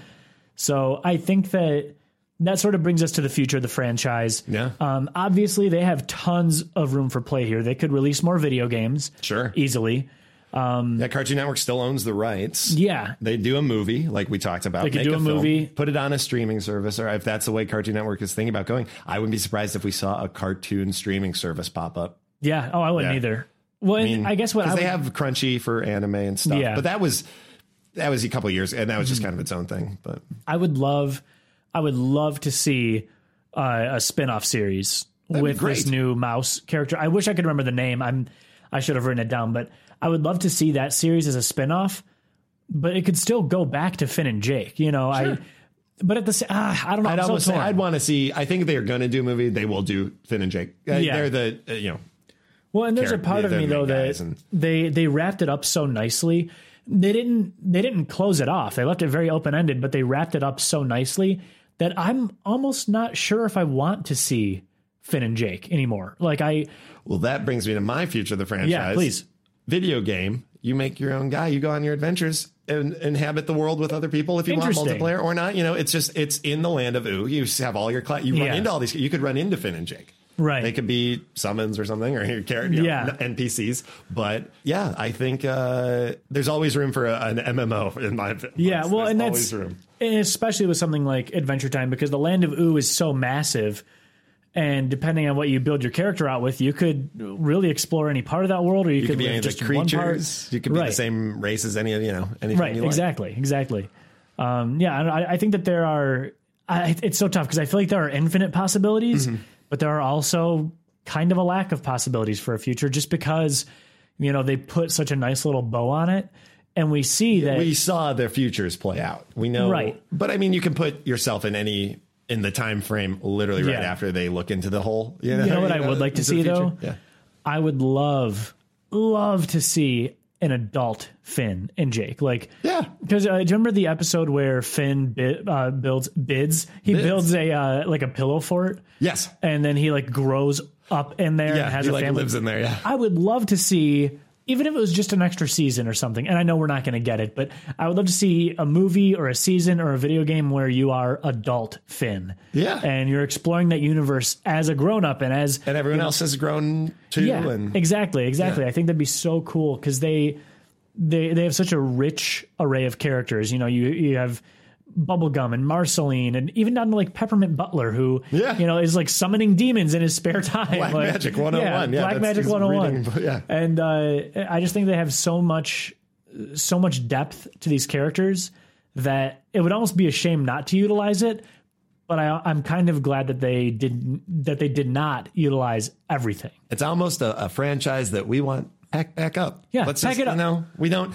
A: So I think that that sort of brings us to the future of the franchise.
B: Yeah.
A: Um, obviously, they have tons of room for play here. They could release more video games
B: Sure.
A: easily.
B: Yeah, Cartoon Network still owns the rights.
A: Yeah.
B: They do a movie, like we talked about. They
A: could do a movie.
B: put it on a streaming service, or if that's the way Cartoon Network is thinking about going, I wouldn't be surprised if we saw a cartoon streaming service pop up.
A: Yeah. Oh, I wouldn't
B: Yeah.
A: either. Well, I, I guess what I
B: because
A: would,
B: they have Crunchy for anime and stuff.
A: Yeah. Mm-hmm.
B: But that was that was a couple of years, and that was just kind of its own thing. But
A: I would love, I would love to see uh, a spin-off series
B: be
A: with this
B: great.
A: new mouse character. I wish I could remember the name. I'm, I should have written it down, but I would love to see that series as a spin-off. But it could still go back to Finn and Jake. You know, I. But at the same, ah, I don't know.
B: I'd
A: I'm so
B: almost say
A: torn.
B: I'd want to see. I think if they're going to do a movie. They will do Finn and Jake. Uh,
A: Yeah.
B: They're the uh, you know
A: Well, and there's a
B: character-
A: part of
B: they're
A: me
B: the
A: though
B: main
A: that
B: guys and-
A: they they wrapped it up so nicely. They didn't they didn't close it off. They left it very open ended, but they wrapped it up so nicely that I'm almost not sure if I want to see Finn and Jake anymore. Like I
B: Well, that brings me to my future of the franchise.
A: Yeah, please.
B: Video game. You make your own guy. You go on your adventures and inhabit the world with other people if you want
A: Interesting.
B: multiplayer or not. You know, it's just it's in the land of ooh. You just have all your cla- you
A: Yeah.
B: run into all these. You could run into Finn and Jake.
A: Right.
B: They could be summons or something or your character. You
A: Yeah.
B: yeah. NPCs. But yeah, I think uh, there's always room for a, an MMO in my
A: yeah, well,
B: there's
A: and
B: always
A: that's
B: room.
A: and especially with something like Adventure Time because the land of Ooh is so massive. And depending on what you build your character out with, you could really explore any part of that world, or you,
B: You could be
A: live
B: any of the
A: just in one part.
B: creatures. You could be the
A: Right.
B: same race as any of you know anything
A: right
B: you like.
A: exactly exactly um, yeah and I, I think that there are I, it's so tough because i feel like there are infinite possibilities
B: Mm-hmm.
A: but there are also kind of a lack of possibilities for a future just because you know they put such a nice little bow on it and we see that
B: we saw their futures play out. We know,
A: Right.
B: But I mean, you can put yourself in any in the time frame, literally right
A: Yeah.
B: after they look into the hole.
A: You know what I would like to
B: into the
A: see,
B: future.
A: though?
B: Yeah.
A: i would love love to see an adult finn and jake like
B: Yeah.
A: because uh, do you remember the episode where Finn bi- uh, builds bids? He
B: Bids.
A: builds a uh, like a pillow fort.
B: Yes.
A: and then he like grows up in there
B: Yeah.
A: and has
B: he
A: a
B: like
A: family.
B: lives in there. Yeah.
A: I would love to see, even if it was just an extra season or something. And I know we're not going to get it, but I would love to see a movie or a season or a video game where you are adult Finn.
B: Yeah.
A: and you're exploring that universe as a grown up and as
B: And everyone else has grown too.
A: yeah,
B: and
A: exactly, exactly. I think that'd be so cool because they they they have such a rich array of characters. You know, you you have Bubblegum and Marceline and even down to like Peppermint Butler who
B: Yeah.
A: you know is like summoning demons in his spare time.
B: Black
A: like-
B: Magic 101. Yeah,
A: Black
B: that's-
A: Magic
B: he's
A: 101.
B: reading- yeah.
A: And uh, I just think they have so much so much depth to these characters that it would almost be a shame not to utilize it. But I, I'm kind of glad that they didn't that they did not utilize everything.
B: it's almost a, a franchise that we want pack back up.
A: Yeah,
B: Let's
A: pack
B: just,
A: it up.
B: You know, we don't.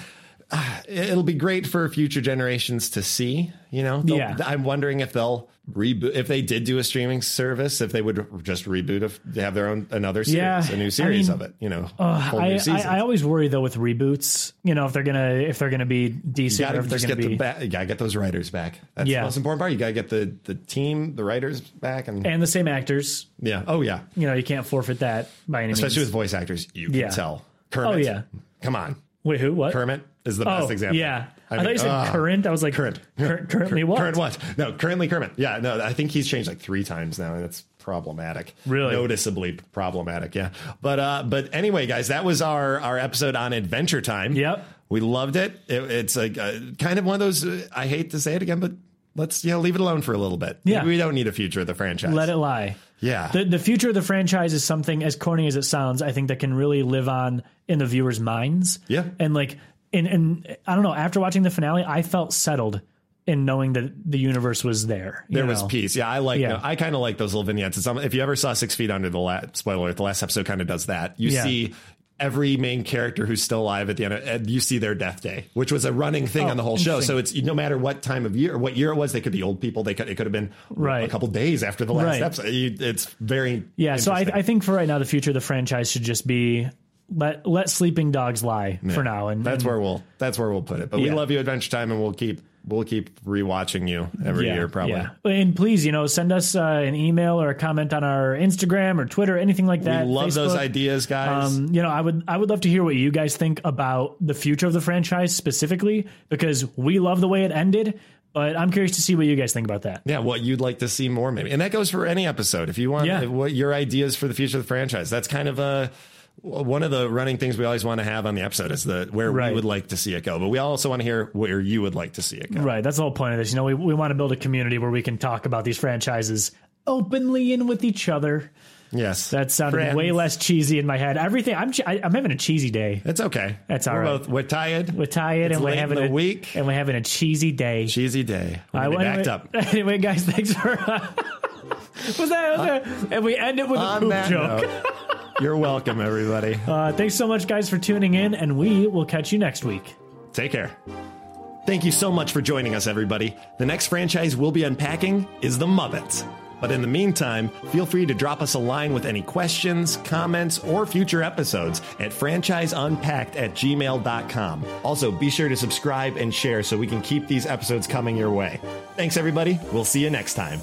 B: uh, it'll be great for future generations to see. You know, They'll-
A: Yeah.
B: I'm wondering if they'll reboot if they did do a streaming service, if they would just reboot if they have their own another series,
A: Yeah,
B: a
A: I
B: new series
A: mean, uh,
B: of it. You know, whole new
A: I, I,
B: season.
A: I always worry though with reboots, you know, if they're gonna if they're gonna be decent, or
B: gotta
A: if they're
B: just
A: gonna
B: get
A: be
B: the ba- you gotta get those writers back. That's
A: Yeah.
B: the most important part. You gotta get the the team, the writers back, and,
A: and the same actors.
B: yeah, oh yeah,
A: You know, you can't forfeit that by any
B: especially
A: means.
B: with voice actors, you
A: Yeah.
B: can tell. Kermit,
A: Oh, yeah.
B: come on,
A: Wait, who? What?
B: Kermit is the
A: Oh,
B: best example.
A: yeah. I,
B: I mean,
A: thought you said
B: ah.
A: current. I was like,
B: Current.
A: cur- currently what?
B: Current what? No, currently Kermit. Yeah, no, I think he's changed like three times now, and that's problematic.
A: Really?
B: noticeably problematic. Yeah, but uh, but anyway, guys, that was our our episode on Adventure Time.
A: Yep.
B: we loved it. it it's like uh, kind of one of those. Uh, I hate to say it again, but let's you know leave it alone for a little bit.
A: Yeah.
B: we don't need a future of the franchise.
A: Let it lie.
B: Yeah,
A: The, the future of the franchise is something as corny as it sounds. I think that can really live on in the viewers' minds.
B: Yeah.
A: and like, and and I don't know. After watching the finale, I felt settled in knowing that the universe was there. you
B: there was
A: know?
B: peace. Yeah, I like.
A: Yeah.
B: I kind of like those little vignettes. It's, um, if you ever saw Six Feet Under, the last spoiler, alert, the last episode kind of does that. You
A: Yeah.
B: see every main character who's still alive at the end, of, and you see their death day, which was a running
A: Oh,
B: thing on the whole show. So it's no matter what time of year, what year it was, they could be old people. They could it could have been
A: Right.
B: a couple days after the last
A: Right.
B: episode. You- It's very
A: Yeah, so I,
B: interesting.
A: I think for right now, the future of the franchise should just be let let sleeping dogs lie for now. And
B: that's
A: and-
B: where we'll that's where we'll put it. But we
A: Yeah.
B: love you, Adventure Time, and we'll keep we'll keep rewatching you every year probably.
A: And please, you know, send us uh, an email or a comment on our Instagram or Twitter, anything like
B: We
A: that.
B: love those
A: Facebook.
B: ideas, guys.
A: Um, you know, I would I would love to hear what you guys think about the future of the franchise specifically because we love the way it ended, but I'm curious to see what you guys think about that.
B: Yeah, what you'd like to see more, maybe, and that goes for any episode. If you want,
A: Yeah.
B: if what your ideas for the future of the franchise? That's kind of a one of the running things we always want to have on the episode is the where
A: Right.
B: we would like to see it go, but we also want to hear where you would like to see it go.
A: Right, that's the whole point of this. You know, we we want to build a community where we can talk about these franchises openly and with each other.
B: Yes,
A: That sounded
B: Friends.
A: way less cheesy in my head. Everything I'm che- I, I'm having a cheesy day.
B: It's okay.
A: That's all
B: we're
A: right.
B: Both, we're tired.
A: We're tired and we're
B: late in
A: having
B: the
A: a
B: week.
A: and we're having a cheesy day.
B: Cheesy day. We're
A: I
B: gonna be
A: anyway,
B: backed up.
A: Anyway, guys, thanks for. was that, was that- and we end it with a
B: On
A: poop
B: that
A: joke.
B: note, you're welcome, everybody.
A: Uh, thanks so much, guys, for tuning in, and we will catch you next week.
B: Take care. Thank you so much for joining us, everybody. The next franchise we'll be unpacking is The Muppets. But in the meantime, feel free to drop us a line with any questions, comments, or future episodes at franchiseunpacked at gmail.com. Also, be sure to subscribe and share so we can keep these episodes coming your way. Thanks, everybody. We'll see you next time.